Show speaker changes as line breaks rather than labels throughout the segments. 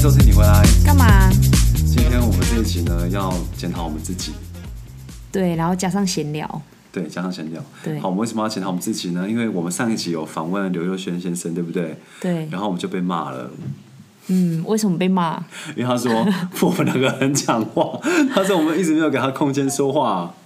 收听你回来。
干嘛？
今天我们这一集呢，要检讨我们自己，
对，然后加上闲聊，
对，加上闲聊。
对
好，我们为什么要检讨我们自己呢？因为我们上一集有访问刘佑轩先生，对不对？
对，
然后我们就被骂了，
嗯，为什么被骂？
因为他说 我们两个很讲话，他说我们一直没有给他空间说话。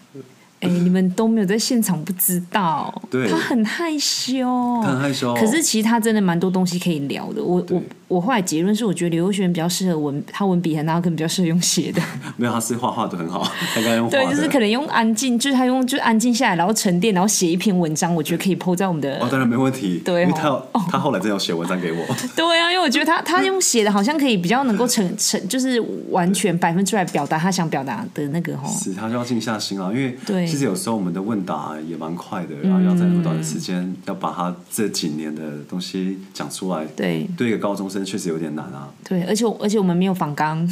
哎、你们都没有在现场，不知道。
对
他很害羞，
他很害羞
可是其实他真的蛮多东西可以聊的。我
对
我我后来结论是，我觉得刘若璇比较适合文，他文笔很好，可能比较适合用写 的。
没有，他是画画的很好，他刚刚用画
对，
的。
就是可能用安静，就是他用就是安静下来，然后沉淀，然后写一篇文章，我觉得可以 PO 在我们的。
哦，当然没问题，
对
因
哦
为他有他后来真的有写文章给我，
对啊，因为我觉得他他用写的好像可以比较能够成成，就是完全百分之百表达他想表达的那个吼。
是他就要静下心啊，因为
对
其实有时候我们的问答也蛮快的，然后要在那么短的时间要把他这几年的东西讲出来，
对
对一个高中生确实有点难啊。
对，而且我而且我们没有仿纲，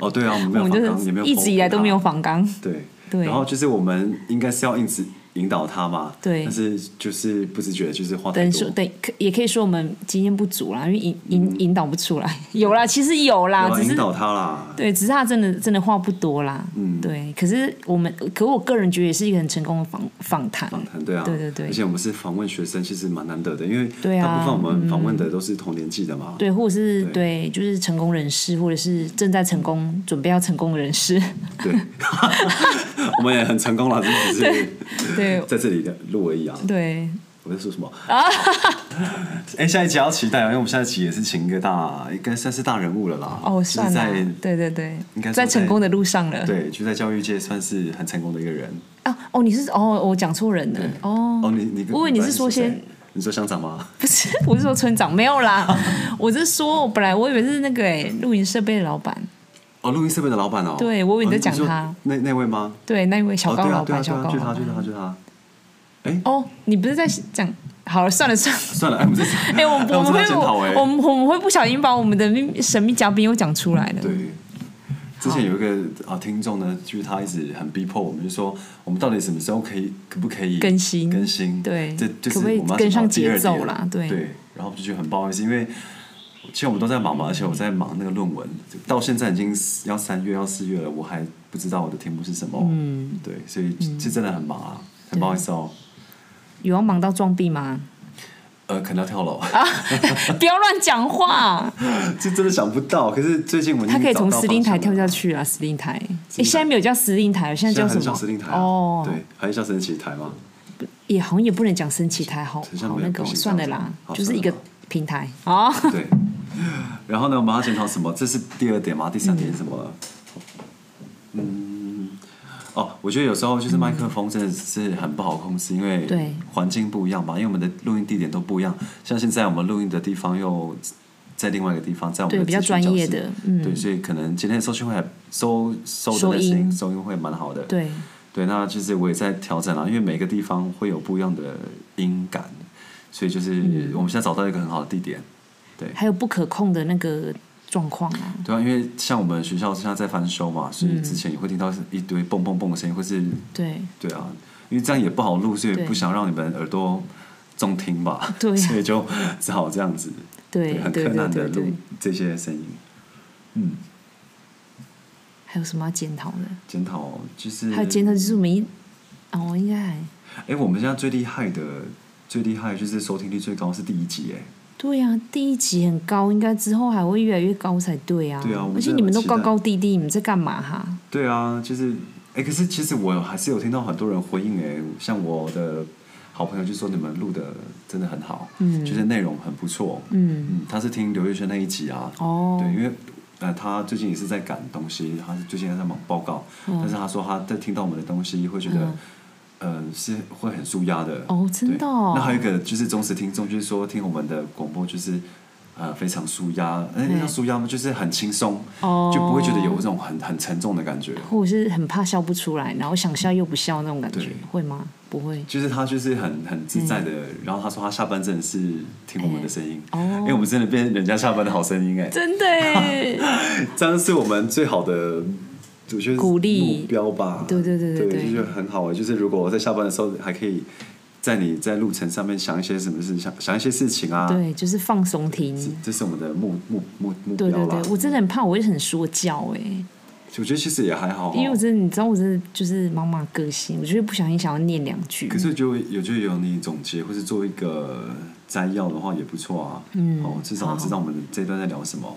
哦，对啊，我们没
我
有
们
访纲，也
就
没
是
有啊
一直以来都没有
访
仿纲。
他，对
对
然后就是我们应该是要一直引导他嘛，
对
但是就是不自觉就是话太
等说
多。嗯
等可也可以说我们经验不足啦，因为引引引导不出来。 有啦，其实有啦，
有啊
只
引
是
导他啦，
对，只是他真的真的话不多啦。
嗯
对。可是我们，可我个人觉得也是一个很成功的访访谈。
访谈对啊，
对对对
而且我们是访问学生，其实蛮难得的，因为
对啊
大部分我们访问的都是同年纪的嘛，
对，或者是对，就是成功人士，或者是正在成功、准备要成功的人士，
对， 我们也很成功了，只是
对
在这里的录而已啊。
对，
我在说什么？
啊
哎、下一集要期待啊，因为我们下一集也是请一个大，应该算是大人物了啦。
哦，
就是
算了
在，
对对对
应该，说
在成
在
功的路上 了。
对，就在教育界算是很成功的一个人。
啊，哦，你是哦，我讲错人了，哦
哦，你你，
我以为你是说
谁
先。
你说乡长吗？
不是，我是说村长没有 啦，我是说，我本来我以为是那个哎、露营设备的老板，
哦，录音设备的老板哦。
对我以为你在
哦
讲
说
他
那那位吗？
对，那一位小
哦，对
高
啊，
老
对啊，
板，
对
小
啊，
高
就
老
他，就
板。
他，就他。哎、
哦，你不是在讲？好了，算了算了，
算了，哎，我们这次
哎、我们
哎我
我
真的
们会
要检讨哎
我们我们会不小心把我们的秘神秘嘉宾又讲出来了。
对，之前有一个啊听众呢，就是他一直很逼迫我们，就说我们到底什么时候可以可不可以
更新
更新？
对
这就是
可不可以
我们要
跟上
讲到第二
节奏
点
啦
了
对
对，然后我就觉得很不好意思，因为。其实我们都在忙嘛，而且我在忙那个论文，到现在已经要三月要四月了，我还不知道我的题目是什么。嗯，对，所以是真的很忙啊，很不好意思哦。
有要忙到撞壁吗？啊
呃，可能要跳楼，
不要乱讲话，
这真的想不到。可是最近我已经
他可以
找
从
到
司令
方向
台跳
了
下去啊！司令台，哎、
令台
现在没有叫司令台，现在
现
叫
在
什
很
么？
少司令台啊
哦，
对，还叫升旗台嘛。
也好像也不能讲升旗台，好
好像
好
没有
那个哦
不行
算了
这样
啦
子好，
就是
算
一
了
个
啦
平台啊。哦
对，然后呢，我们要检讨什么？这是第二点吗？第三点是什么？嗯，哦，我觉得有时候就是麦克风真的是很不好控制，因为
对
环境不一样吧，因为我们的录音地点都不一样。像现在我们录音的地方又在另外一个地方，在我们
对
的
比较
咨询教
专业
室
的嗯
对，所以可能今天的收讯会还收收
收
的那声音
音
收音会蛮好的。
对，
对，那就是我也在调整啦，因为每个地方会有不一样的音感，所以就是
嗯
我们现在找到一个很好的地点。
还有不可控的那个状况啊，
对啊，因为像我们学校现在在翻修嘛，所以
嗯
之前也会听到一堆蹦蹦蹦的声音，或是
对
对啊，因为这样也不好录，所以
对
不想让你们耳朵重听吧，
对啊
所以就只好这样子，
对
很
对
困
对
难的
对
录
对，
这些声音。嗯，
还有什么要检讨的？
检讨就是
还有检讨就是我们一哦，应该还
哎，我们现在最厉害的最厉害就是收听率最高是第一集哎，
对啊，第一集很高，应该之后还会越来越高才对啊。
对啊我们
而且
真的
你们
很
都
期
高
待
高低低，你们在干嘛哈？
对啊，就是哎，可是其实我还是有听到很多人回应哎，像我的好朋友就说你们录的真的很好，
嗯
就是内容很不错，
嗯，
嗯，他是听刘月轩那一集啊，
哦，
对，因为呃，他最近也是在赶东西，他是最近在忙报告，
嗯
但是他说他在听到我们的东西会觉得，呃，是会很舒压的。
哦真的哦
对那还有一个就是忠实听众，就是说听我们的广播就是。呃，非常舒压，哎、
对
要舒压吗？就是很轻松，
哦
就不会觉得有这种很很沉重的感觉。
或者是很怕笑不出来，然后想笑又不笑那种感觉
对，
会吗？不会。
就是他就是很很自在的，然后他说他下班真的是听我们的声音，
哎哦
因为我们真的变成人家下班的好声音哎、
真 的耶
这样是我们最好的，我觉得
鼓励
目标吧。
对对对对
对，
对
就是很好啊。就是如果我在下班的时候还可以在你在路程上面想一些什么事，想想一些事情啊。
对，就是放松
这
听。
这是我们的目目目目标
对
啦。
对对，我真的很怕，我也很说教哎、
我觉得其实也还好、哦，
因为我真的，你知道，我真的就是妈妈个性，我就是不小心想要念两句。
可是就有就有你总结或是做一个摘要的话也不错啊。
嗯
哦，至少
好
知道我们这一段在聊什么。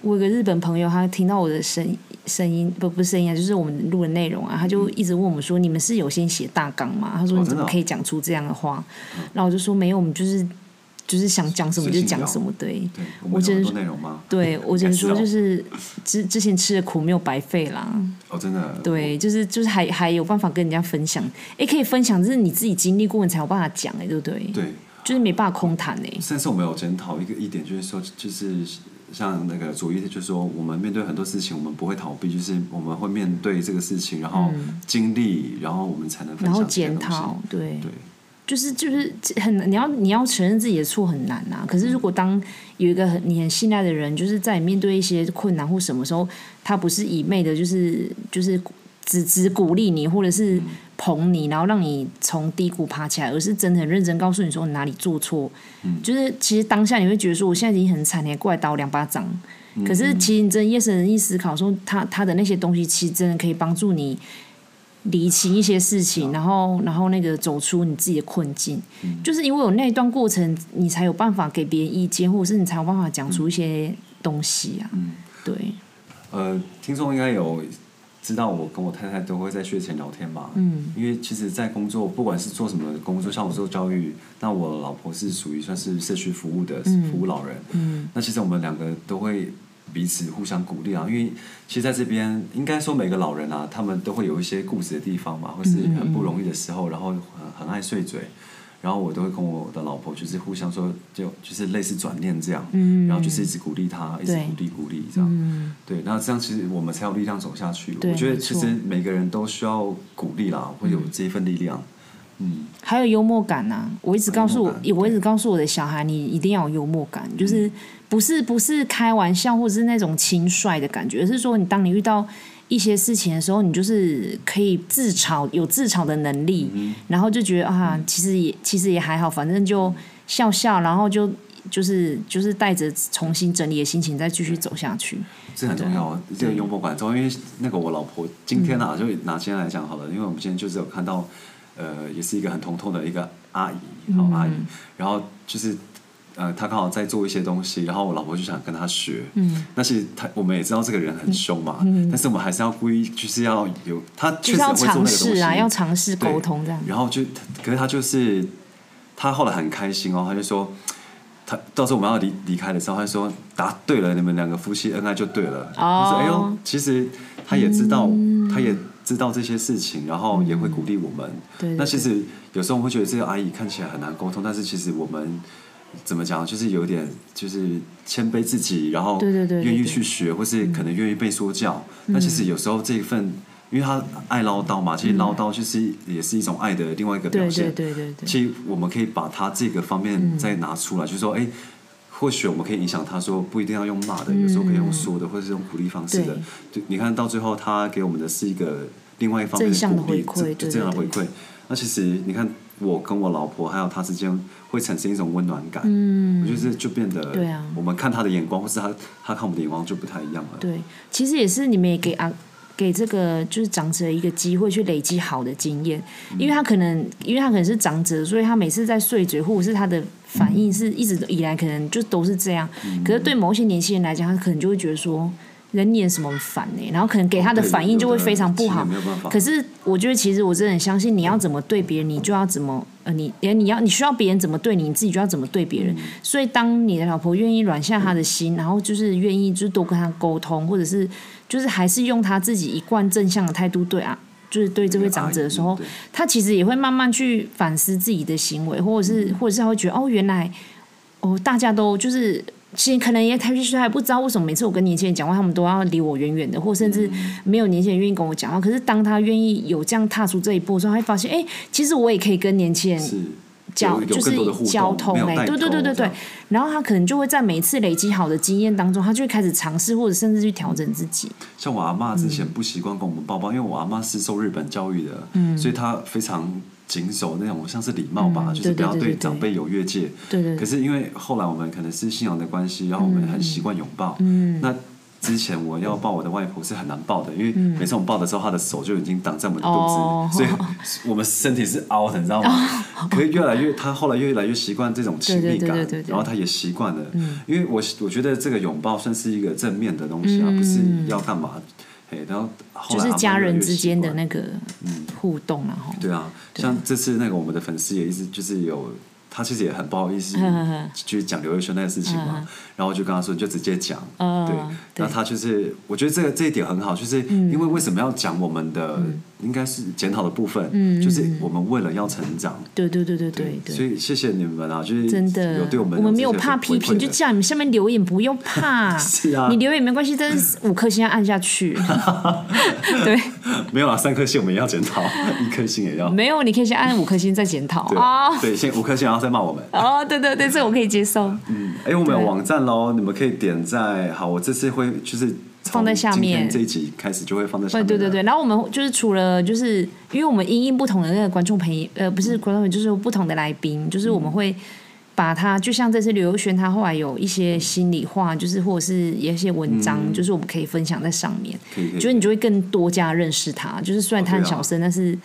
我有个日本朋友，他听到我的声声音，不不是声音啊，就是我们录的内容啊，他就一直问我们说：“你们是有先写大纲吗？”他说：“
嗯哦
你怎
真的
么
哦嗯
可以讲出这样的话？”然后我就说：“没有，我们就是就是想讲什么就讲什么。”对，
对，我
我
们
只
有很
能
多内容吗？
对我只能说
还是哦
就是之之前吃的苦没有白费啦。
哦，真的，
对，就是就是还还有办法跟人家分享，哎，可以分享，这是你自己经历过，你才有办法讲，哎，对不对？
对。啊
就是没办法空谈哎。
但是我们有检讨一个一点，就是说，就是像那个左一，就是说，我们面对很多事情，我们不会逃避，就是我们会面对这个事情，然后经历，然后我们才能分
嗯然
享
后
这些
检
东西
讨，对，
对，
就是就是很难你要你要承认自己的错很难啊。可是如果当有一个很你很信赖的人，就是在你面对一些困难或什么时候，他不是一昧的，就是就是只只鼓励你，或者是捧你，然后让你从低谷爬起来，而是真的很认真告诉你说你哪里做错。就是其实当下你会觉得说我现在已经很惨，你还过来打我两巴掌。可是其实你真的夜深人静思考说他他的那些东西，其实真的可以帮助你理清一些事情，然后然后那个走出你自己的困境，就是因为有那一段过程，你才有办法给别人意见，或者是你才有办法讲出一些东西啊。对，
呃，听众应该有知道，我跟我太太都会在睡前聊天嘛。
嗯，
因为其实，在工作，不管是做什么工作，像我做教育，那我老婆是属于算是社区服务的服务老人。
嗯，
那其实我们两个都会彼此互相鼓励啊，因为其实在这边应该说每个老人啊，他们都会有一些固执的地方嘛，
嗯
或是很不容易的时候，然后很很爱碎嘴。然后我都会跟我的老婆就是互相说，就就是类似转念这样，
嗯
然后就是一直鼓励她，一直
对
鼓励鼓励这样，
嗯，
对，那这样其实我们才有力量走下去。
对
我觉得
没
其
错
实每个人都需要鼓励啦，会有这一份力量。嗯，
还有幽默感呐、我一直告诉
幽默
我
感，嗯
也我一直告诉我的小孩，你一定要有幽默感，就是不是不是开玩笑，或者是那种轻率的感觉，而是说你当你遇到一些事情的时候，你就是可以自嘲，有自嘲的能力，
嗯
然后就觉得啊，其实也其实也还好，反正就笑笑，然后就就是就是带着重新整理的心情再继续走下去。
这很重要啊，这个幽默感很重要。因为那个我老婆今天
嗯
啊，就拿今天来讲好了，因为我们今天就是有看到，呃，也是一个很疼痛的一个阿姨，好、阿姨，
嗯
然后就是。呃，她刚好在做一些东西，然后我老婆就想跟她学。嗯，但是她我们也知道这个人很凶嘛，但是我们还是要故意，就是要有她确
嗯就是
实很会做那
要尝
个东
试
西
啊，要尝试
对
沟通这样。
然后就，可是他就是，他后来很开心哦，他就说，他到时候我们要离离开的时候，他就说答对了，你们两个夫妻恩爱就对了。
哦嗯
我说哎呦，其实他也知道，他也知道这些事情，然后也会鼓励我们。
对对
那其实有时候我们会觉得这个阿姨看起来很难沟通，但是其实我们。怎么讲？就是有点，就是谦卑自己，然后
对对对对
愿意
对
去学，或是
嗯
可能愿意被说教。那其实有时候这一份，因为他爱唠叨嘛，其实唠叨就是也是一种爱的另外一个表
嗯对
现。
对对对嗯对。
其实我们可以把他这个方面再拿出来，就是说，哎，或许我们可以影响他说，不一定要用骂的，
嗯
有时候可以用说的，或者是用鼓励方式的。就你看到最后，他给我们的是一个另外一方面
正向
的
的
鼓励，
回馈
就
对
这样的
对
回馈。那其实你看，我跟我老婆还有他之间会产生一种温暖感。
嗯
我觉得这就变得，
对啊
我们看他的眼光，或是他他看我们的眼光就不太一样了。
对，其实也是你们也给啊给这个就是长者一个机会去累积好的经验，
嗯
因为他可能因为他可能是长者，所以他每次在碎嘴或者是他的反应是一直以来可能就都是这样，
嗯
可是对某些年轻人来讲，他可能就会觉得说。人脸什么很烦呢、然后可能给他的
哦对
反应就会
有的
非常不
其实
好
也没有办法。
可是我觉得，其实我真的很相信，你要怎么对别人，你就要怎么呃，你连你要你需要别人怎么对你，你自己就要怎么对
嗯
别人。所以，当你的老婆愿意软下她的心，然后就是愿意就是多跟她沟通，或者是就是还是用她自己一贯正向的态度对啊，就是对这位长者的时候
对，
她其实也会慢慢去反思自己的行为，或者是
嗯
或者是她会觉得哦，原来哦，大家都就是其实可能也他就是还不知道为什么每次我跟年轻人讲话，他们都要离我远远的，或甚至
嗯
没有年轻人愿意跟我讲话。可是当他愿意有这样踏出这一步的时候，他会发现，哎、其实我也可以跟年轻人
是
嗯交，
有有
就
更
是
多的互动
交通
没有
哎、
代
对对
沟
对
这
对对
样。
然后他可能就会在每一次累积好的经验当中，他就会开始尝试，或者甚至去调整自己。
像
嗯
我阿妈之前不习惯跟我们抱抱，因为我阿妈是受日本教育的，所以她非常谨守那种像是礼貌吧，
嗯嗯
就是不要
对对对对对
长辈有越界。
对对
可
对，
是因为后来我们可能是信仰的关系，然后我们很习惯拥抱。
嗯，
那之前我要抱我的外婆是很难抱的，因为每次我们抱的时候，她的手就已经挡在我们的肚子，
嗯哦
所以我们身体是凹的，你知道 吗？可是越来越，她后来越来越习惯这种亲密感，
对对对对对对嗯
然后她也习惯了。因为我我觉得这个拥抱算是一个正面的东西啊，不是要干嘛。嘿，然后后
就
来
是
阿嬷
家
越来
人
越
之间的
习惯嗯
那个互动啊，吼
对啊，像这次那个我们的粉丝也一直就是有，他其实也很不好意 思
嗯嗯嗯
去讲刘宇轩那个事情嘛，
嗯
然后我就跟他说你就直接讲，
嗯
对，
对嗯
那他就是我觉得这个这一点很好，就是因为为什么要讲我们的、应该是检讨的部分，
嗯嗯
就是我们为了要成长。
对对对对对对。
所以谢谢你们啊，就是
真的，
有对我们
没有
这些
怕
回
批
馈
评，
的
就叫你们下面留言不用 怕。
是啊
你留言没关系，但是五颗星要按 下去。对，
没有啊，三颗星我们也要检讨， 一颗星也要，
没有，你可以先按五颗星再检讨
对、
啊。
对，先五颗星然后再骂我们。
哦，对对对，这我可以接受。
哎、我们有
对
网站喽，你们可以点在好，我这次会就是从
放在下
今天
面
这一集开始就会放在下
哦对
面。
对对对，，然后我们就是除了就是，因为我们因应不同的那个观众朋友，呃，不是观众朋友，就是不同的来宾，就是我们会把他，就像这次刘轩，他后来有一些心里话，就是或者是有一些文章，就是我们可以分享在上面，
嗯可以可以
就是你就会更多加认识他，就是虽然他很
哦对啊
小声，但是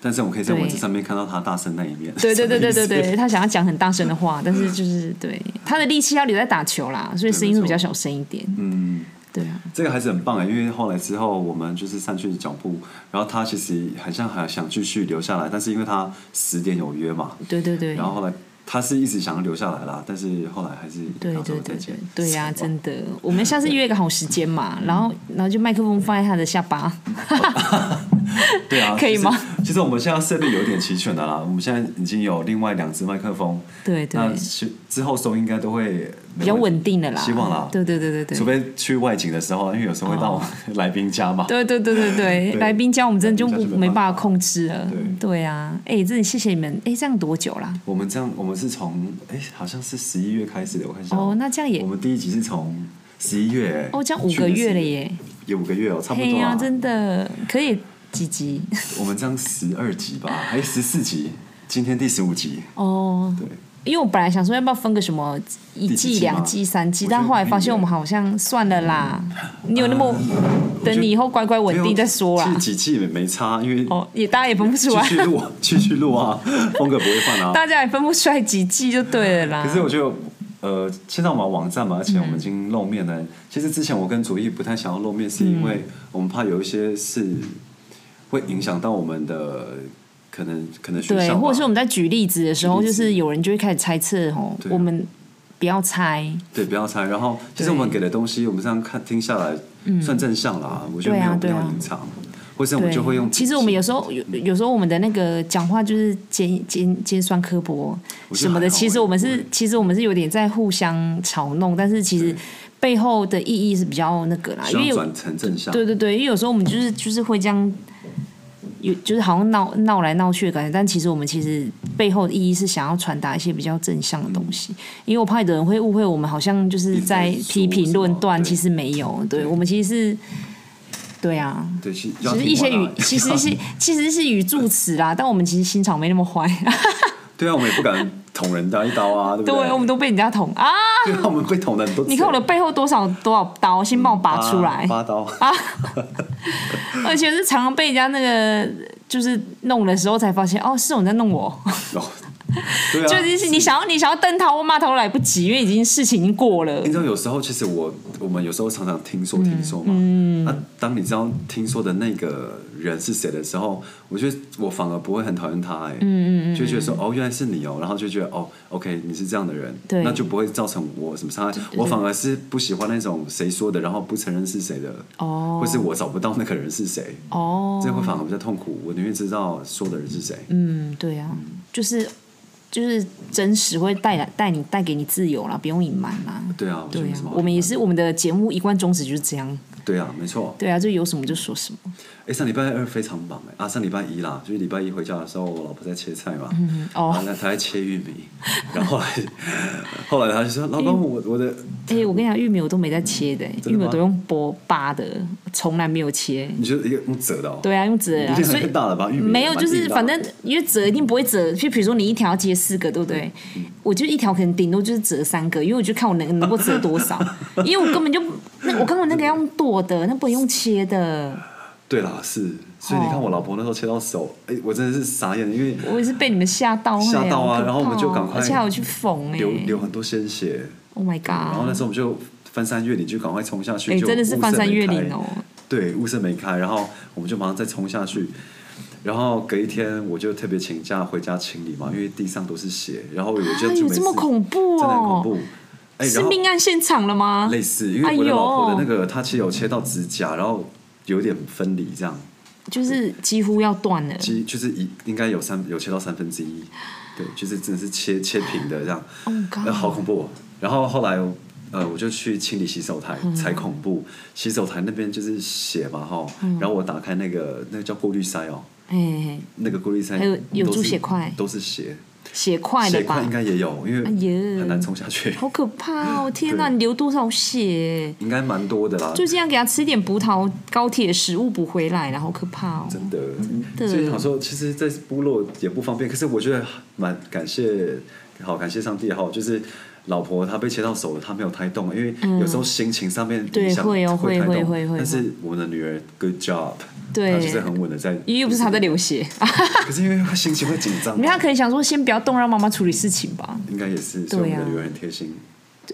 但是我们可以在
对
文字上面看到他大声那一面。
对对对对
什么
对
意思
对，他想要讲很大声的话，但是就是对他的力气要留在打球啦，所以声音会比较小声一点。
嗯，
对啊，
这个还是很棒哎，因为后来之后我们就是上去脚步，然后他其实很像还想继续留下来，但是因为他十点有约嘛，
对对对。
然后后来他是一直想要留下来啦，但是后来还是
对
跟他
对
说
对
再
对
见。
对
死
呀、
亡嗯
真的，我们 下次约一个好时间嘛，然后然后就麦克风放在他的下巴，
对啊，
可以吗
其实？其实我们现在设备有点齐全的啦，我们现在已经有另外两只麦克风，
对对
那，之之后收应该都会
比较稳
定，
定的啦，
希望啦
对对对对
除
对。
非去外景的时候，因为有时候会到 来宾家嘛。
哦对对对对对，
对
来宾家我们真的就
来
不
宾家就
没
没办法
办法控制了。
对
对啊，哎，真的谢谢你们，哎，这样多久啦？
我们这样，我们是从哎、好像是十一月开始的，我看一下。
哦，那这样也
我们第一集是从十一月、
哦，这样五个月
去年11
了
月，
耶，
有五个月哦，差不
嘿
多
呀，
啊。
真的可以几集
我们这样十二集吧，还十四集，今天第十五集，
哦。
对。
因为我本来想说要不要分个什么一
第几
季、
季吗
两季、三季，
我觉得嗯
但后来
可
发
以耶
现我们好像算了啦。你有那么
呃
等你以后乖乖稳定再说
其
啦
实。几季也没差，因为
哦，也大家也分不出来
继，续录，继续录啊， 风格不会换啊。
大家也分不出来几季就对了啦。
可是我觉得，呃，现在我们网站嘛，而且
嗯
我们已经露面了。其实之前我跟卓毅不太想要露面，是因为
嗯
我们怕有一些事会影响到我们的可能可能学
对，
校吧，
或者是我们在举例子的时候，
举
就
例子
是有人就会开始猜测哦，
对啊
我们不要猜，
对不要猜。然后其实
对嗯
我们给的东西，我们这样看听下来，算正向啦。我觉得
对
没
啊
有必
对
要
啊
隐藏，或是我
对
们就会用。
其实我们有时候有有时候我们的那个讲话就是尖尖尖酸刻薄
我觉得
什么的，
还好欸
其实我们
我
是
们
其实我们是有点在互相嘲弄，但是其实
对
背后的意义是比较那个啦，嗯因为
希望
有
转成正向。
对对对，因为有时候我们就是就是会这样，有就是好像闹闹来闹去的感觉，但其实我们其实背后的意义是想要传达一些比较正向的东西。因为我怕有人会误会我们好像就是在
一直在
批评
说
论
什么
断，
对
其实没有，对我们其实是，对啊。
对，其实
其实一些语，其实是其实是语助词啦，但我们其实心肠没那么坏，
对啊，我们也不敢捅人家一刀啊，对不
对，我们都被人家捅啊！
对啊，我们被捅的很多次。
你看我的背后多少多少刀，先帮我
嗯
拔出来，
八八刀。
啊 而且是常常被人家那个就是弄的时候才发现，哦，是有人在弄我，
哦，对啊，
就是你想要你想要瞪他或骂他都来不及，因为已经事情已经过了
你。知道有时候其实我我们有时候常常听说听说嘛，嗯，啊，当你知道听说的那个人是谁的时候，我觉得我反而不会很讨厌他、哎，嗯嗯嗯，就觉得说哦原来是你哦，然后就觉得哦，OK 你是这样的人，
对
那就不会造成我什么伤害，我反而是不喜欢那种谁说的，然后不承认是谁的，
哦
或是我找不到那个人是谁，
哦，
这会反而比较痛苦，我宁愿知道说的人是谁，
嗯，对啊，就是就是真实会带来带你带给你自由啦，不用隐瞒啦。
对啊，我觉
对
得没
啊
什么，好
我们也
隐瞒
是我们的节目一贯宗旨就是这样，
对啊，没错。
对啊，就有什么就说什么。
哎，上礼拜二非常忙哎，啊，上礼拜一啦，就是礼拜一回家的时候，我老婆在切菜嘛，
嗯
然后
哦，
她她在切玉米， 然后后来后来她就 说：“老公，我我的，
哎、我跟你讲，玉米我都没在切的、
的吗
玉米我都用剥扒的，从来没有切。
你觉得一个用折的哦？”
对啊，用折
已
啊，
经
所以
很大了吧？玉米
没有，
蛮
就是
地道
反
的啊
正因为折一定不会折，就比如说你一条要接四个，对不对？
嗯
我就一条可能顶多就是折三个，因为我就看我能能够折 多少，因为我根本就那我刚刚那个要用剁的，那不能用切的，
对啦，是，所以你看
哦
我老婆那时候切到手，哎、我真的是傻眼，因为
我也是被你们吓到，
吓到啊
哎呀
然
好可怕哦
后我们就赶快
而且还有去缝哎、
流流很多鲜血，
o h my
然后那
god！
时候我们就翻山越岭，就赶快冲下去，
哎、
就
真的是
雾
翻
社
山
没
越
开
岭哦，
对，雾社没开，然后我们就马上再冲下去。然后隔一天我就特别请假回家清理嘛，因为地上都是血，然后我就
哎
就
呦，
没
这么
事
恐怖
真的很恐
哦！啊
怖。哎，
是
然后
命案现场了吗？
类似，因
哎
为我的老婆的那个，她其实有切到指甲，然后有点分离这样。
就是几乎要断了。
其实就是一应该有三有切到三分之一，对，就是真的是切切平的这样，
Oh my
那
god！
好恐怖、哦。然后后来呃，我就去清理洗手台，
嗯
才恐怖。洗手台那边就是血嘛哈，
嗯
然后我打开那个那个叫过滤塞哦，
哎、
那个过滤塞
还有有
都是
注血块
都是血，
血块
血
的
块
吧
应？该也有，因为
哎呀
很难冲下去，
好可怕哦！天哪，
对
你流多少血？欸
应该蛮多的 啦。
就这样给他吃点葡萄高铁食物补回来，然后可怕哦。
真的，
的
所以想说，其实，在部落也不方便。可是我觉得蛮感谢，好感谢上帝哈，就是老婆她被切到手了，她没有胎动，因为有时候心情上面
对
影响
会哦
胎
会会
动
会会
但是我们的女儿，good job，
对
她就是很稳的在，
因为又不是他在流血，
可是因为她心情会紧张
你看，，他可能想说先不要动，让妈妈处理事情吧。
应该也是，所以我们
对
的
啊
女儿很贴心，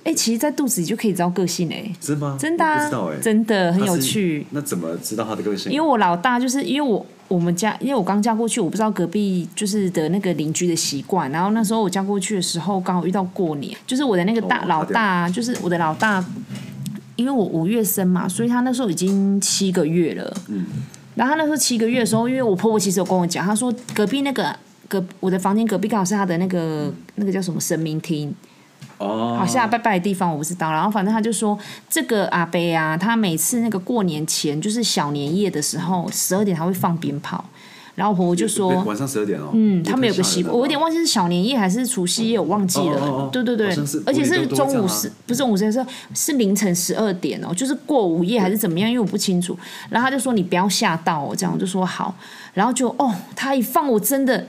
哎，其实，在肚子里就可以知道个性哎，
是吗？
真的啊
我不知道哎，
真的很有
她是
趣。
那怎么知道她的个性？
因为我老大就是因为我我们家，因为我刚嫁过去，我不知道隔壁就是的那个邻居的习惯。然后那时候我嫁过去的时候，刚好遇到过年，就是我的那个大、
哦
老大，就是我的老大，因为我五月生嘛，所以他那时候已经七个月了。嗯。然后他那时候七个月的时候，因为我婆婆其实有跟我讲，她说隔壁那个隔我的房间隔壁刚好是她的那个、那个叫什么神明厅，
哦，
好像拜拜的地方我不知道，然后反正他就说这个阿伯啊，他每次那个过年前就是小年夜的时候，十二点他会放鞭炮，然后我婆婆就
对
说。
晚上十二点哦，
嗯，他们有个习惯，我有点
忘，
忘记是小年夜还是除夕夜，我忘记了。
哦哦哦
对对对
好像是，
而且
我
是
也都都会
中
这样
午
啊
十，不是中午十二是是凌晨十二点哦，就是过午夜还是怎么样，因为我不清楚。然后他就说你不要吓到哦我，这样我就说好。然后就哦，他一放我真的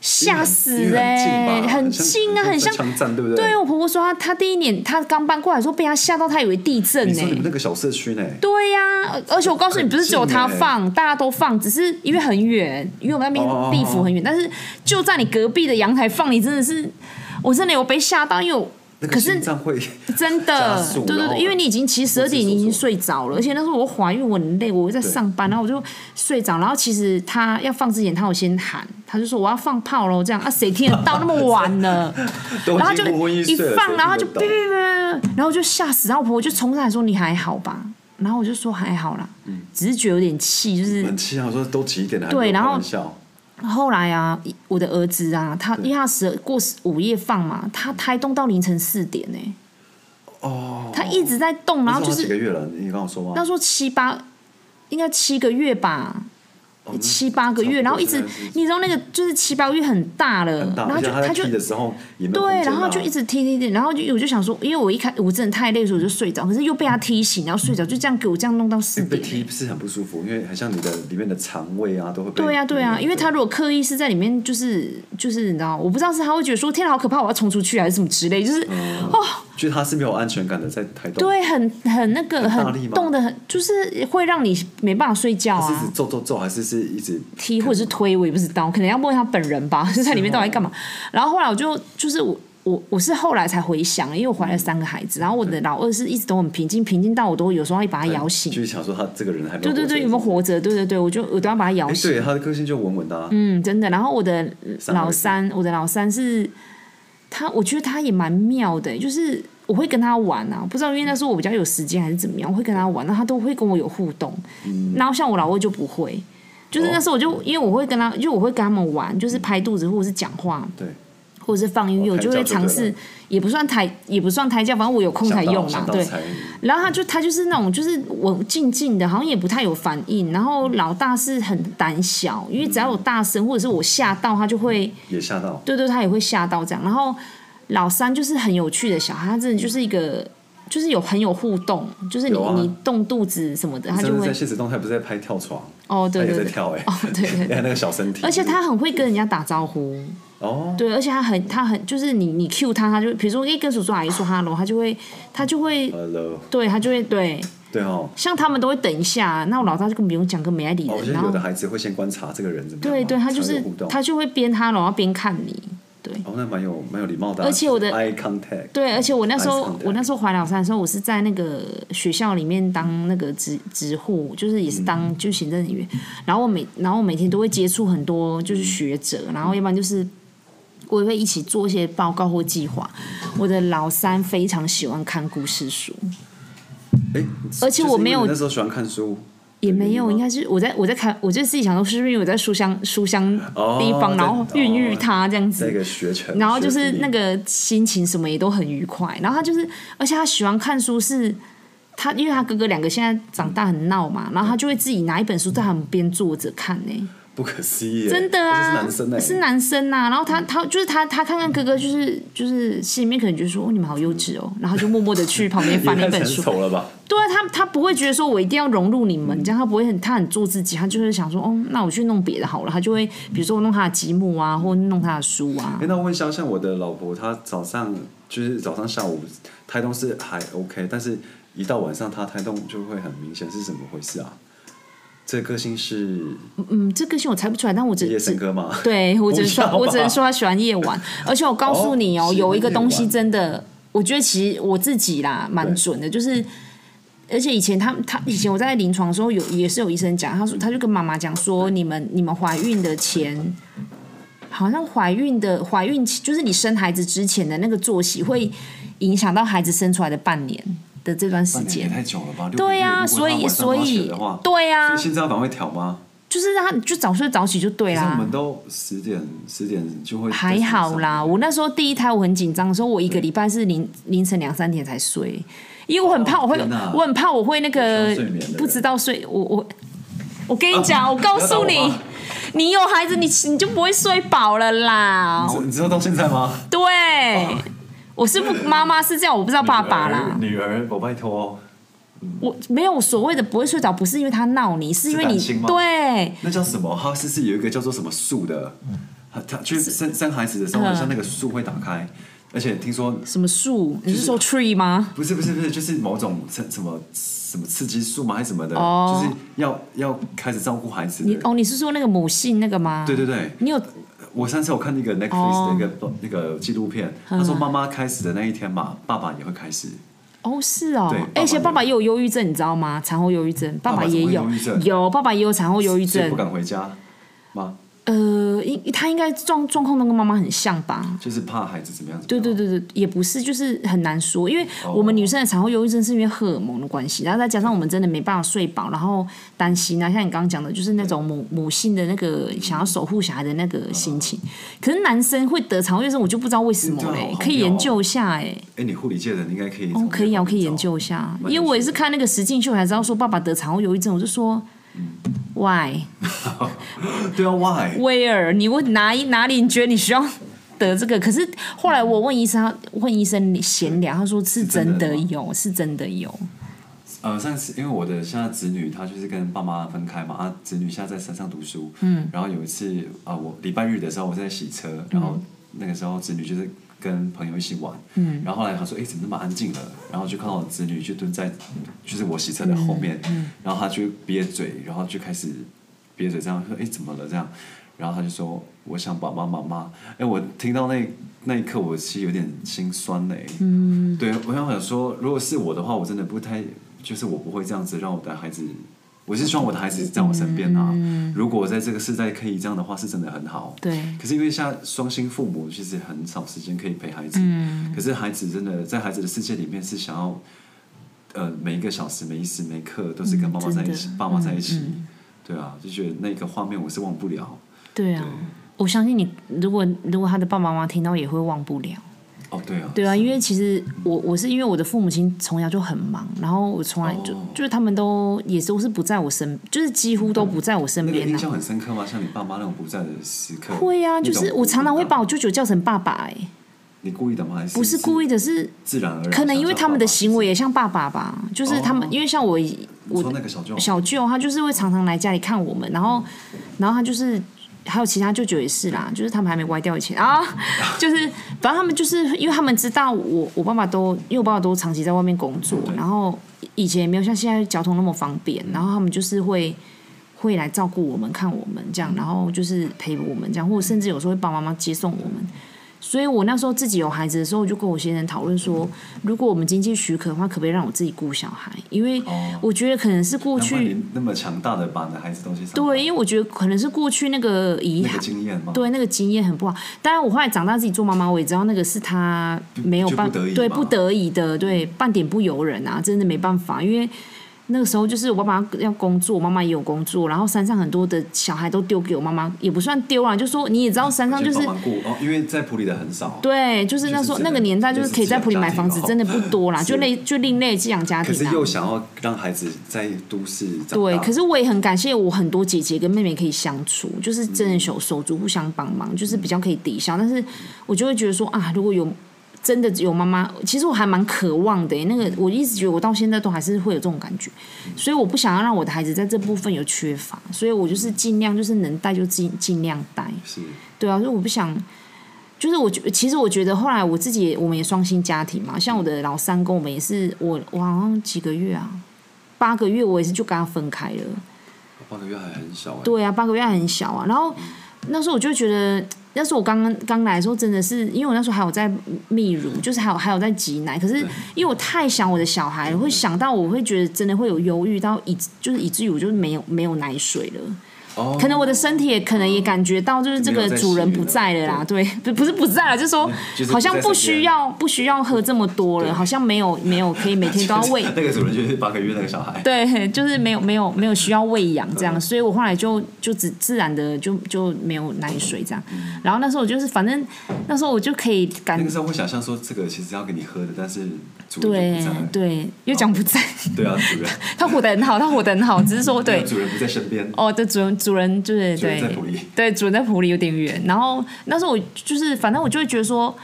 吓
因
死
为很近
哎、
吧，
很近啊，很像
枪战，对不对？
对我婆婆说她，她第一年她刚搬过来的时候被她吓到，她以为地震
你
呢、
说你们那个小社区呢？
对呀、而而且我告诉你，
很
不是只有她
近欸
放，大家都放，只是因为很远，因为我们那边
哦哦哦
地府很远，但是就在你隔壁的阳台放，你真的是，我真的有被吓到，因为我。
那个
可是
心脏 会，加
真的，
速
对对
然后
对，因为你已经其实十二点
我自己
你已经
搜索
睡着了，而且那时候我怀孕，我很累，我在上班，然后我就睡着，然后其实他要放之前，他有先喊，他就说我要放炮喽，这样啊，谁听得到那么晚了？
都已经
然后就
昏昏欲
一
睡了
放，然后就
谁
哔
听得
哔
到
哔，哔然后就吓死，然后我婆婆就冲上来说你还好吧？然后我就说还好啦，
嗯
只是觉得有点气，就是
很气啊！我说都几点了，还
对
跟我
然后
开玩笑，
后来啊，我的儿子啊，他因为他十过十午夜放嘛，他胎动到凌晨四点呢、
哦，
他一直在动，然后就
那时候他几
是
个月了，你跟我说
那
吗？
时候七八，应该七个月吧，
哦
七八个月，
差不
然后
多
一直
现在是，
你知道那个就是七八个月很大了，
很大，
然后
而且
就
他
他
在
就
踢的时候也没有
对，
空间
然
啊
后就一直踢踢踢，然后就我就想说，因为我一开我真的太累，所以我就睡着，可是又被他踢醒，然后睡着，就这样给我这样弄到四
被
点。
踢是很不舒服，因为很像你的里面的肠胃啊都会被
对呀、对呀、因为他如果刻意是在里面，就是就是你知道，我不知道是他会觉得说天哪好可怕，我要冲出去还是什么之类，就是、哦，
就是他是没有安全感的，在台东，
对，啊很很那个
很大
很
力吗
动的很，就是会让你没办法睡觉
他是一
啊
直。皱皱皱，还是是一直
踢或者是推，我也不知道，可能要问他本人吧， 就在里面
哦
到底干嘛。然后后来我就就是我。我我是后来才回想，因为我怀了三个孩子，然后我的老二是一直都很平静，平静到我都有时候会把他摇醒。
就是想说他这个人还没有
对对对，有没有活着？对对对，我就我都要把他摇
哎
醒。
对，他的个性就稳稳的啊，
嗯，真的。然后我的
三
嗯老
儿子
三，我的老三是他，我觉得他也蛮妙的、欸就是我会跟他玩啊，不知道因为那时候我比较有时间还是怎么样，我会跟他玩，那他都会跟我有互动。
嗯
然后像我老二就不会，就是那时候我就、因为我会跟他，因为我会跟他们玩，就是拍肚子或者是讲话，
对，
或者是放音乐，
哦
我就
胎教
会
就
尝
对
试
了，
也不算抬，也不算抬价，反正我有空才用啦
想，到
对。
才
然后他就他就是那种，就是我静静的，好像也不太有反应。然后老大是很胆小，因为只要我大声或者是我吓到，他就会，
也吓到，
对对，他也会吓到这样。然后老三就是很有趣的小孩，他真的就是一个，就是有很有互动，就是你、
有啊
你动肚子什么的，他就
真的
会
在，现实动态不是在拍跳床，
哦，对
他
对
也在
对，
跳哎、欸，
哦对 对对
哎那个小身体，
而且他很会跟人家打招呼，
哦，
对，而且他很他很就是你你 Q 他，他就比如说哎跟叔叔阿姨说 hello，他就会他就会。
hello，
对他就会对，
对哦，
像他们都会等一下，那我老大就更不用讲，更没爱理
哦，我
人。
觉得
然后
有的孩子会先观察这个人怎么样嘛，
对对，他就
才
是
会互动，
他就会边他，然后边看你。对
哦，那蛮有蛮有礼貌的啊、
而且我的
就是 eye contact，
对，而且我那时
Eyes on
候
them
我那时候怀老三的时候，我是在那个学校里面当那个职职护，就是也是
嗯
当就行政人员。然后我每然后我每天都会接触很多就是学者，然后要不然就是。我也会一起做一些报告或计划。我的老三非常喜欢看故事书，
哎，
而且
就是
我没有
因为你那时候喜欢看书，
也没有，
原因吗
应该是我在我在看，我就自己想说，是不是因为我在书香书香
哦
地方，
在
然后孕育
哦
他这样子，
那个学程，
然后就是
学历
那个心情什么也都很愉快。然后他就是，而且他喜欢看书是，他因为他哥哥两个现在长大很闹嘛，然后他就会自己拿一本书在旁边坐着看呢、
不可思议耶，
真的
这
啊，
是男生哎、
是男生呐、然后他他就是他他看看哥哥，就是就是心里面可能就说、哦、你们好幼稚哦，然后就默默的去旁边翻了
也
一
太
本
成
书。
熟了吧？
对啊，他他不会觉得说我一定要融入你们，这样他不会很他很做自己，他就是想说哦，那我去弄别的好了。他就会比如说我弄他的积木啊，或弄他的书啊
哎、。那我问一下，像我的老婆，她早上就是早上下午胎动是还 OK，但是一到晚上她胎动就会很明显，是怎么回事啊？这个性是
嗯，这个性我猜不出来，但我只
夜
只
生哥吗？
对我只能说
不要吧
我只能说他喜欢夜晚，而且我告诉你哦，
哦
有一个东
喜欢夜
西
晚
真的，我觉得其实我自己啦蛮准的，就是。而且以前他他以前我在临床的时候有也是有医生讲，他说他就跟妈妈讲说，你们你们怀孕的前，好像怀孕的怀孕期就是你生孩子之前的那个作息会影响到孩子生出来的半年的这段时
半年也
间。
太久了吧？
对
呀、
呀、所以所以
的话，啊
对呀、
所以心脏反会调吗？
就是让他就早睡早起就对
可
啦、
是我们都十点十点就会
还好啦，我那时候第一胎我很紧张的时候，我一个礼拜是凌凌晨两三点才睡，因为我很怕我会，
哦天哪
我很怕我会那
不
个
需要睡眠的人啊
不知道睡，我我我跟你讲，我告诉
不要
你
打我吧，
你有孩子你你就不会睡饱了啦，
你知。你知道到现在吗？
对，我是不
哦
妈妈是这样，我不知道 爸爸啦，
女儿，女儿我拜托，哦
我没有所谓的不会睡着，不是因为他闹你，是因为
是
你
担心吗
对。
那叫什么？它是是有一个叫做什么树的，它它就是生生孩子的时候，
嗯
像那个树会打开，而且听说
什么树？你是说 tree 吗？
不是不是不是，就是某种什什么什么刺激素吗？还是什么的？
哦
就是要要开始照顾孩子
你
的。
哦，你是说那个母性那个吗？
对对对，
你有
我上次有看那个
哦
Netflix 的一个、那个纪录片，
嗯
他说妈妈开始的那一天嘛，爸爸也会开始。
哦，是哦
对，
哎而且
爸
爸
爸
爸也有忧郁症，你知道吗？产后忧郁症，爸
爸
爸
怎么
也
会
有
忧郁症，
有爸爸也有产后忧郁
所以
症
不。敢回家吗？
呃，应他应该状状况都跟妈妈很像吧？
就是怕孩子怎么样？
对对对对，也不是，就是很难说，因为
哦
我们女生的产后忧郁症是因为荷尔蒙的关系，然后再加上我们真的没办法睡饱，然后担心啊，像你刚刚讲的，就是那种母母性的那个想要守护小孩的那个心情。可是男生会得产后忧郁症，我就不知道为什么
嗯对啊
嘞
好，
可以
妙哦
研究一下哎、
哎、你护理界的你应该可以。
哦，可以啊，我可以研
找
究一下，
蛮有
因为我也
趣
是
的
看那个石进秀才知道说爸爸得产后忧郁症，我就说。Why?
对啊，Why？
Where? 你问哪一哪里？你觉得你需要得这个？可是后来我问医生，他问医生闲聊，他说是真
真的
的
吗
有，是真的有。
呃，上次因为我的现在子女她就是跟爸妈分开嘛，啊，子女现在在山上读书，嗯，然后有一次啊、我礼拜日的时候我在洗车，然后那个时候子女就是跟朋友一起玩，嗯，然后后来他说，哎、怎么那么安静了？然后就看到我子女就蹲在，就是我洗车的后面，然后他就憋嘴，然后就开始憋嘴这样说，哎、怎么了这样？然后他就说，我想爸爸妈妈，哎、我听到那那一刻，我其实有点心酸嘞、嗯，对，我想想说，如果是我的话，我真的不太，就是我不会这样子让我的孩子，我是希望我的孩子在我身边啊。如果我在这个世代可以这样的话，是真的很好。
对，
可是因为现在双薪父母其实很少时间可以陪孩子，
嗯
可是孩子真的在孩子的世界里面是想要，呃，每一个小时、每一时、每一刻都是跟妈妈在一起
嗯真、的嗯
爸妈在一起，对啊，就觉得那个画面我是忘不了。
对啊，我相信你，如果如果他的爸爸妈妈听到也会忘不了。
哦，对啊，
对啊，因为其实我我是因为我的父母亲从小就很忙，然后我从来就、
哦
就是他们都也都是不在我身，就是几乎都不在我身
那个
边啊
印
呐、
象很深刻吗？像你爸妈那种不在的时刻，
会啊，
那
就
种
是我常常会
孤独感
把我舅舅叫成爸爸、哎，
你故意的吗？还是
不是故
意，
意的是，
自然而然。
可能因为他们的行为，也像爸爸吧，就是他们、
哦
因为像我
我说那个小舅，
小舅，他就是会常常来家里看我们，然后，然后他就是还有其他舅舅也是啦，就是他们还没歪掉以前啊， 就是反正他们就是因为他们知道我我爸爸都因为我爸爸都长期在外面工作，
对嗯
然后以前也没有像现在交通那么方便，然后他们就是会。会来照顾我们、看我们这
嗯
样，然后就是陪我们这样，或者甚至有时候会帮妈妈接送我们。所以我那时候自己有孩子的时候，我就跟我先生讨论说，如果我们经济许可的话，可不可以让我自己顾小孩？因为
哦
我觉得可能是过
难怪
去
你那么强大的把你的孩子东西上，
对，因为我觉得可能是过去那个遗
那
憾
个，经验吗？
对那个经验很不好。当然，我后来长大自己做妈妈，我也知道那个是她没有
就
办
不得已
对
嘛
不得已的，对半点不由人啊，真的没办法。因为那个时候就是我爸爸要工作，我妈妈也有工作，然后山上很多的小孩都丢给我妈妈，也不算丢啊，就说你也知道山上
去
就是
嗯帮忙顾哦，因为在普里的很少，
对，就是那时候
就是
那个年代就是可以在普里买房子，
就是
真的不多啦，
哦 是
就类就另类寄养家
可
庭
是
啊。
又想要让孩子在都市长大，
对，可是我也很感谢我很多姐姐跟妹妹可以相处，就是真人手手足互相帮忙，就是比较可以抵消。但是我就会觉得说啊，如果有真的有妈妈，其实我还蛮渴望的耶。那个我一直觉得我到现在都还是会有这种感觉，所以我不想要让我的孩子在这部分有缺乏，所以我就是尽量就是能带就尽尽量带。
是
对啊，所以我不想，就是我觉，其实我觉得后来我自己也，我们也双薪家庭嘛，像我的老三跟我们也是，我我好像几个月啊，八个月我也是就跟他分开了。
半个月还很小哎，
对啊，八个月还很小啊。然后那时候我就觉得，那时候我刚刚刚来的时候，真的是因为我那时候还有在泌乳，就是还有还有在挤奶。可是因为我太想我的小孩了，会想到我会觉得真的会有忧郁到以就是以至于我就是没有没有奶水了。
哦，
可能我的身体也可能也感觉到，就是这个主人不在了啦，对，不不是不在了，就是说
嗯就是
好像
不在身边
不需要不需要喝这么多了，
对
好像没有没有可以每天都要
，
喂
那个主人就是八个月那个小孩，
对，就是
嗯
没有没有没有需要喂养这样，所以我后来就就只自然的就就没有奶水这样，然后那时候我就是反正那时候我就可以感
嗯那个时候会想象说这个其实要给你喝的，但是主人
对
就不在，哦
对，又讲不在，
对啊，主人
他活得很好，他活得很好，只是说对，
主人不在身边，
哦，对，主人主人就是
主人
对
在埔里
对，主人在埔里有点远。然后那时候我就是，反正我就会觉得说，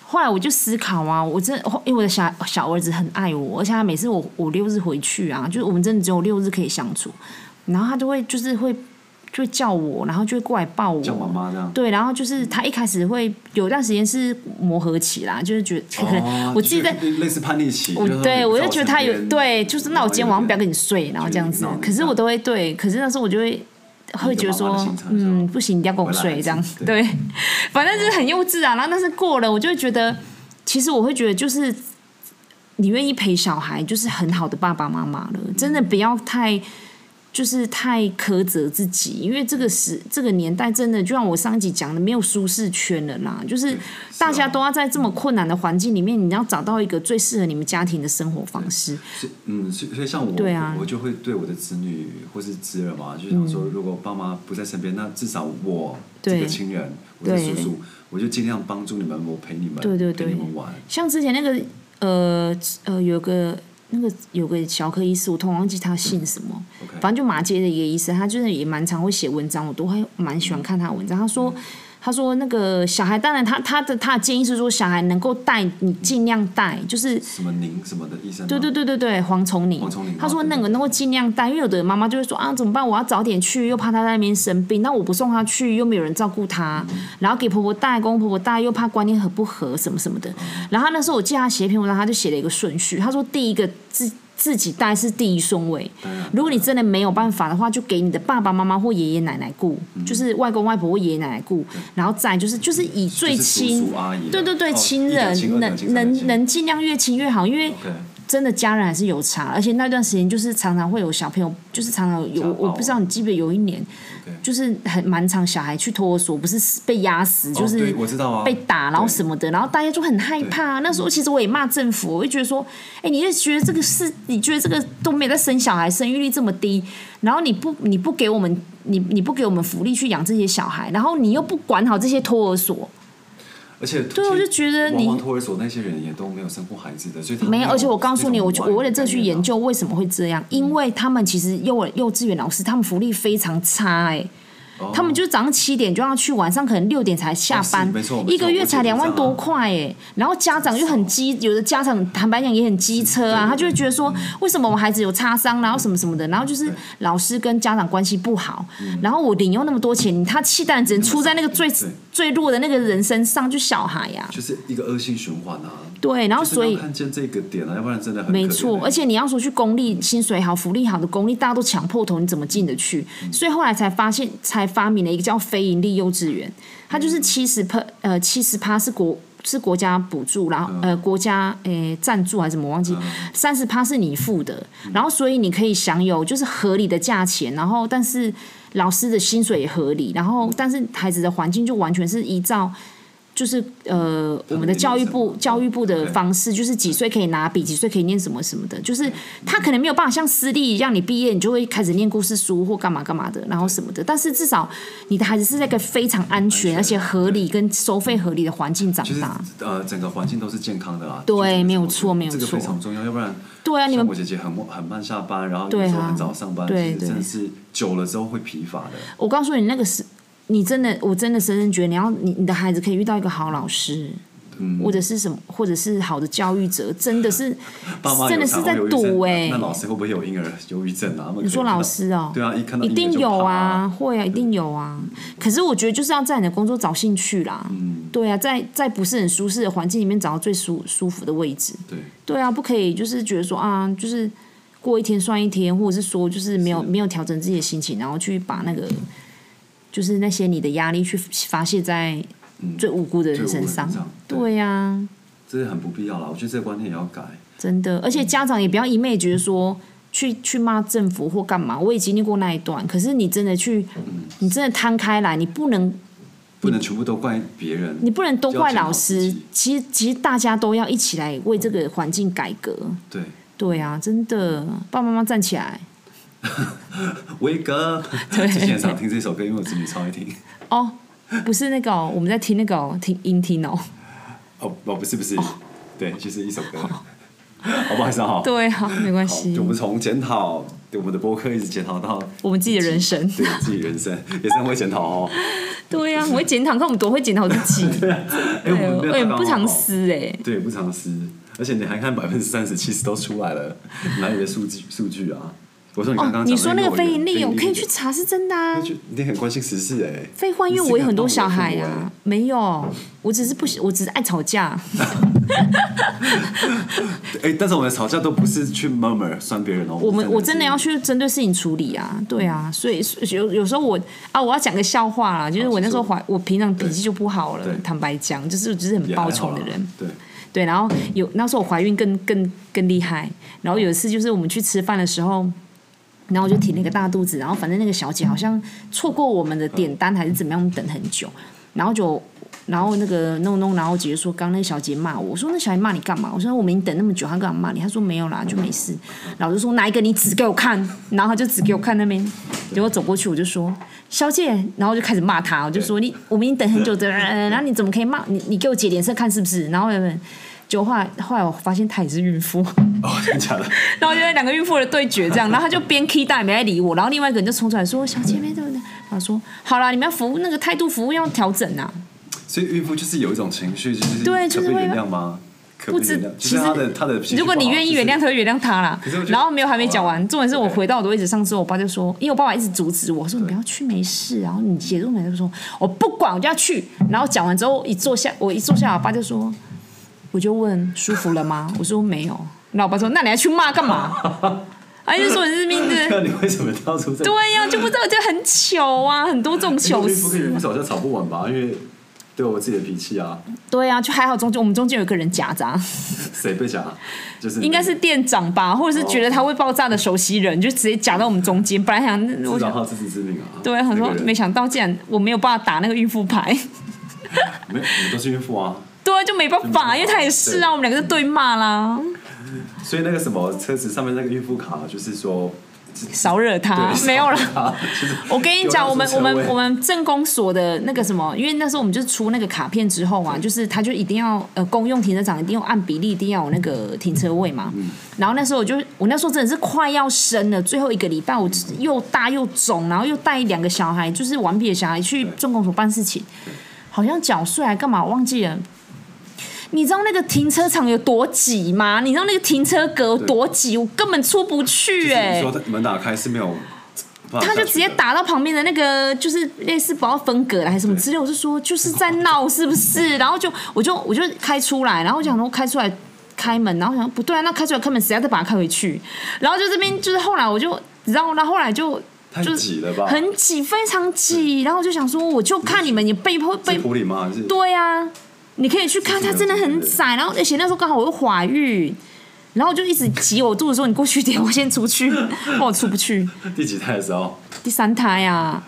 后来我就思考啊，我真的因为我的小小儿子很爱我，而且他每次我我六日回去啊，就是我们真的只有六日可以相处，然后他就会就是会就会叫我，然后就会过来抱我，
叫妈妈这样。
对，然后就是他一开始会有段时间是磨合期啦，就是觉得可能、
哦
我自己在
就是类似叛逆期，
我
就是说
对
你
我
在
就觉得他有
身边
对，就是那我今天晚上不要跟你睡，然后
啊就
这样子
闹你。
可是我都会对，可是那时候我就会会觉得
妈妈的
说
心肠，是吧
嗯，不行，你一定要跟我
回来
睡这样。
对
对， 反正就是很幼稚啊。然后但是过了，我就会觉得，其实我会觉得就是。你愿意陪小孩，就是很好的爸爸妈妈了。
嗯
真的不要太，就是太苛责自己，因为这个时这个年代真的，就像我上一集讲的，没有舒适圈了啦。就是
哦
大家都要在这么困难的环境里面，你要找到一个最适合你们家庭的生活方式。
所以嗯，所以所以像我，
对啊嗯
我就会对我的子女或是侄儿嘛，就想说，如果爸妈不在身边，那至少我这
对
个亲人，我的叔
对
叔，我就尽量帮助你们，我陪你们，
对对
陪你
对
们玩。
像之前那个呃呃，有个那个有个小科医师，我突然忘记他姓什么，
OK，
反正就马街的一个医生，他就是也蛮常会写文章，我都会蛮喜欢看他的文章。他说。他说：“那个小孩，当然他他的他的建议是说，小孩能够带你尽量带，就是
什么宁什么的医生啊吗，
对对对对对，黄崇宁，
黄崇宁
他
哦
说
对
那个能够尽量带，因为有的妈妈就会说啊怎么办？我要早点去，又怕他在那边生病，那我不送他去，又没有人照顾他，然后给婆婆带，公公婆婆带，又怕观念合不合什么什么的。然后他那时候我记得他写一篇文章，他就写了一个顺序，他说第一个自自己带是第一顺位，
当然，
如果你真的没有办法的话，就给你的爸爸妈妈或爷爷奶奶顾，就是外公外婆或爷爷奶奶顾，然后再就是就是以最
就是叔
亲
叔。阿姨的，
对对对，
哦
亲
一等
人
亲二等
能
亲三等
能
亲
能尽量越亲越好，因为
OK，
真的家人还是有差，而且那段时间就是常常会有小朋友，就是常常
家
有
暴
我我不知道你记不记得有一年
OK，
就是很蛮常小孩去托儿所，不是死被压死，就
哦、
是
对我知道啊，
被打，然后什
么
么的，然后大家就很害怕。那时候其实我也骂政府，我就觉得说，哎，你就觉得这个是，你觉得这个都没有在生小孩，生育率这么低，然后你不你不给我们，你你不给我们福利去养这些小孩，然后你又不管好这些托儿所，
而且对
对，我就觉得
往
你
往托儿所那些人也都没有生过孩子的，所以他
没有，而且我告诉
那
你，
种
我就我为了这去研
无
究为什么会这样，因为他们其实幼儿幼稚园老师他们福利非常差哎、
聊感，
他们
就
就是早上七点就要去，晚上可能六点才下班，
哦哦是没错没错
一个月才
我觉得
两万
这样
多
啊
块哎、然后家长又很机，有的家长坦白讲也很机车啊，
是对嗯
他就会觉得说，为什么我孩子有擦伤，啊然后什么什么的，然后就是老师跟家长关系不好，
嗯
然后我领又那么多钱，他气蛋只能出在那个最
对
最弱的那个人身上，就小孩呀、
就是一个恶性循环啊。
对，然后
就是
所以
要看见这个点啊，要不然真的很可怜
没错，
欸
而且你要说去公立薪水好、福利好的公立，大家都抢破头，你怎么进得去？
嗯
所以后来才发现，才发明了一个叫非盈利幼稚园，它
嗯
就是七十趴，呃，七十趴是国是国家补助，然后呃
嗯
国家诶赞助还是什么忘记，三十趴是你付的，然后所以你可以享有就是合理的价钱，然后但是老师的薪水也合理，然后但是孩子的环境就完全是依照。就是呃，我们的教育部
嗯
教育部的
OK
方式，就是几岁可以拿笔，几岁可以念什么什么的，就是他可能没有办法像私立一样，你毕业你就会开始念故事书或干嘛干嘛的，然后什么的。但是至少你的孩子是在一个非常安全
安全的
而且合理跟收费合理的环境长
就是
大。
呃，整个环境都是健康的啦。
啊对
就整个
没有
生活
错没有
这个非
错
常重要，要不然
对啊，你
像
们
我姐姐很很慢下班，然后
对
有
啊
时候很早上班，
对
其实真
对
的是久了之后会疲乏的。
我告诉你，那个是你真的，我真的深深觉得，你要你你的孩子可以遇到一个好老师，
嗯
或者是什么，或者是好的教育者，真的是
爸妈有
真的是在
常会有抑郁
赌
症
哎、
那老师会不会有婴儿忧郁症啊？他们
你
可
说
能
老师哦、
对啊，一看到婴儿
一
就
定有
怕
啊，，会啊，一定有啊。可是我觉得就是要在你的工作找兴趣啦，
嗯，
对啊，在在不是很舒适的环境里面找到最舒舒服的位置，
对，
对啊，不可以就是觉得说啊，就是过一天算一天，或者是说就是没有没有调整自己的心情，然后去把那个就是那些你的压力去发泄在
嗯，
最无辜的
对
人
我
身
们
上
这，样对，
对呀、啊。
这是很不必要啦。我觉得这个观念也要改。
真的，而且家长也不要一昧觉得说去去骂政府或干嘛。我也经历过那一段，可是你真的去，你真的摊开来，你不能
不能全部都怪别人，
你不能都怪老
就要
师
检讨自己。
其实其实大家都要一起来为这个环境改革。
对
对啊，真的，爸爸妈妈站起来
威 哥，之前想听这首歌，因为我侄女超爱听。
哦！不是那个哦、我们在听那个、哦、听音听哦。
哦哦，不是不是，对，就是一首歌。 好，不好意思啊哈，
对啊，没关
好，
系
就我，们从检讨对我们的播客一直检讨到
我们自己的人生。
对自己人生， 也是很会检讨哦。
对啊，我会检讨，看我们多会检讨 自己。
哎，
对
我们没有
哎，
达到
不
好
藏，私哎、
对，不藏私，而且你还看百分之三十七十都出来了，哪里的数据数据啊？我说你刚
哦，
刚
你说那个
个
非盈利，我可以去
查。
查，是真的啊。
你很关心时事哎、
废话，因为
你是
我有
个
很多
棒的
小
父母
孩
哎
啊，没有，我只是不喜，我只是爱吵 架。
哎、但是我们的吵架都不是去 murmur 酸别人哦。
我们我真的
是
要去针对事情处理啊，对啊，所以所以有有时候我啊，我要讲个笑话啦，就是
好
我
其
那
实
时候
我
怀，我平常脾气
对
就不好了
对，
坦白讲，就是就是很
也还
暴
好
冲的
啦
人，，
对，
对，然后有那时候我怀孕更更更厉害，然后有一次就是我们去吃饭的时候。然后我就挺了一个大肚子，然后反正那个小姐好像错过我们的点单还是怎么样，我们等很久，然后就然后那个弄弄，然后我姐姐说刚刚那个小姐骂我，我说那小姐骂你干嘛？我说我们等那么久，她干嘛骂你？她说没有啦，就没事。然后我就说拿一个你指给我看，然后她就指给我看那边，结果走过去我就说小姐，然后我就开始骂她，我就说你我们已经等很久的人，然后你怎么可以骂你？你给我姐脸色看是不是？然后有人。就后来，后来我发现她也是孕妇，
哦，真的假的？
然后就在两个孕妇的对决这样，然后他就边 key 带没来理我，然后另外一个人就冲出来说：“小姐妹对不对？”然后说：“好啦，你们要服务那个态度服务要调整啊。
所以孕妇就是有一种情绪，就是
对就是
可被
会
原谅吗？可
不
被
知
原谅，就
其实
是她的她的情绪
如果
不
你
好
愿意原谅，他，就原谅他啦
可是我。觉”得
然后没有还没讲
好啊
完，
啦
重点是我
OK
回到我的位置上之后，我爸就说：“因为我爸爸一直阻止我说你不要去，没事。”然后你姐入门就说：“我不管，我就要去。”然后讲完之后，一坐下，我一坐下，我爸就说：“我就问舒服了吗？”我说：“没有。”然后我爸说：“那你还去骂干嘛？”他就说：“你是面对。”
那你为什么跳出这？
对呀、就不知道就很糗啊，很多这种糗
哎孕妇跟
事
孕妇。好像吵不完吧？因为对我自己的脾气啊，
对啊，就还好中间我们中间有一个人夹杂，
谁被夹？就是
应该是店长吧，或者是觉得他会爆炸的熟悉人，就直接夹到我们中间。本来想，我
自找好自知之明啊。
对，很多
那个人
没想到竟然我没有办法打那个孕妇牌，
没有，我们都是孕妇啊。
对，就没办
真的吗
法，因为他也是
对
啊，我们两个就对骂啦，
所以那个什么车子上面那个孕妇卡，就是说，
少惹他，
对
没有啦。
啊， 就是
我跟你讲，我们我
丢
们
到
我
车位
们政工所的那个什么，因为那时候我们就出那个卡片之后
嗯
啊，就是他就一定要呃公用停车场一定要按比例一定要有那个停车位嘛。
嗯
然后那时候我就我那时候真的是快要生了，最后一个礼拜我又大又肿，然后又带两个小孩，就是顽皮的小孩去
对
政工所办事情，好像缴税还干嘛我忘记了。你知道那个停车场有多挤吗？你知道那个停车格有多挤，我根本出不去哎、
就是你说门打开是没有办法下去的，
他就直接打到旁边的那个，就是类似不知道分隔了还是什么之类，我就说就是在闹是不是？然后就我就我就开出来，然后我想说开出来开门，然后想说不对啊，那开出来开门，谁要再把它开回去？然后就这边就是后来我就你知道，然后后来就
太
就是
挤了吧？
很挤，非常挤，然后我就想说我就看你们也被迫被
是普里吗？还是
对啊，你可以去看，它真的很窄。然后而且那时候刚好我又怀孕，然后我就一直挤我肚子说你过去一点，我先出去，不然我出不去。
第几胎的时候？
第三胎啊，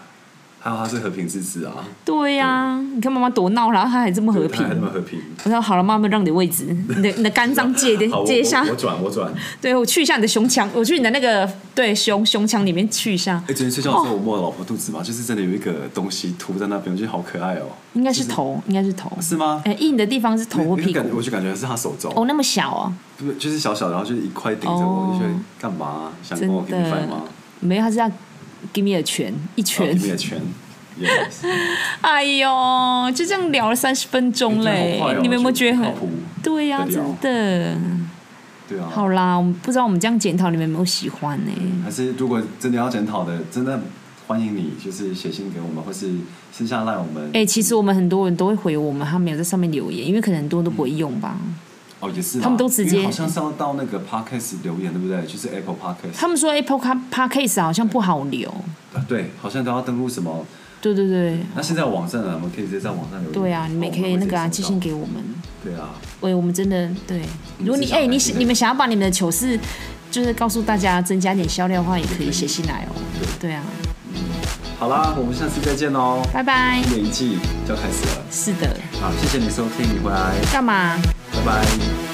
还有他是和平之子啊，
对呀、你看妈妈多闹，然后她还这么和
他
平
还。那么和平。
我说好了，妈妈让你位置，你的你的肝脏借一点
好，我
借一下
我我，转我转。
对我去一下你的胸腔，我去你的那个对胸胸腔里面去一下，
哎，昨天睡觉的时
哦
候我摸了老婆肚子嘛，就是真的有一个东西涂在那边，我觉得好可爱哦。
应该是头，应该是头，
是吗？
哎、硬的地方是头或
我就
屁股
感，我就感觉是他手肘，
哦，那么小哦，
不就是小小的，然后就是一块顶着
哦
我，我就觉得干嘛？想跟我
真
give me five 吗
的？，没有，他是要 give me a 拳，一拳，
give me a 拳。Yes，
哎呦，就这样聊了三十分钟
哎
嘞，
真的好快哦
你们有没有觉得很
就不靠谱？
对呀、
的
真
聊
的。
对啊。
好啦，我们不知道我们这样检讨你们有没有喜欢呢、
还是如果真的要检讨的，真的欢迎你，就是写信给我们，或是私下赖我们。
哎、其实我们很多人都会回我们，他没有在上面留言，因为可能很多人都不会用吧。
哦，也是啦，
他们都直接
因为好像是要到那个 podcast 留言，对不对？就是 Apple podcast，
他们说 Apple Car Podcast 好像不好留，
啊对，好像都要登录什么。
对对对，
那现在有网站啊了，我们可以直接在网上留言。
对啊，你们也可以那个啊，寄信
给。
给我们。
对啊，
喂，我们真的对，如果你
是
哎、
想
你
来信的
你们想要把你们的糗事，就是告诉大家增加点销量的话，也可以写信来哦。对啊，
好啦，我们下次再见哦喽。
拜拜。
新的一季就要开始了，
是的，
好，谢谢你收听，你回来，
干嘛？
拜拜。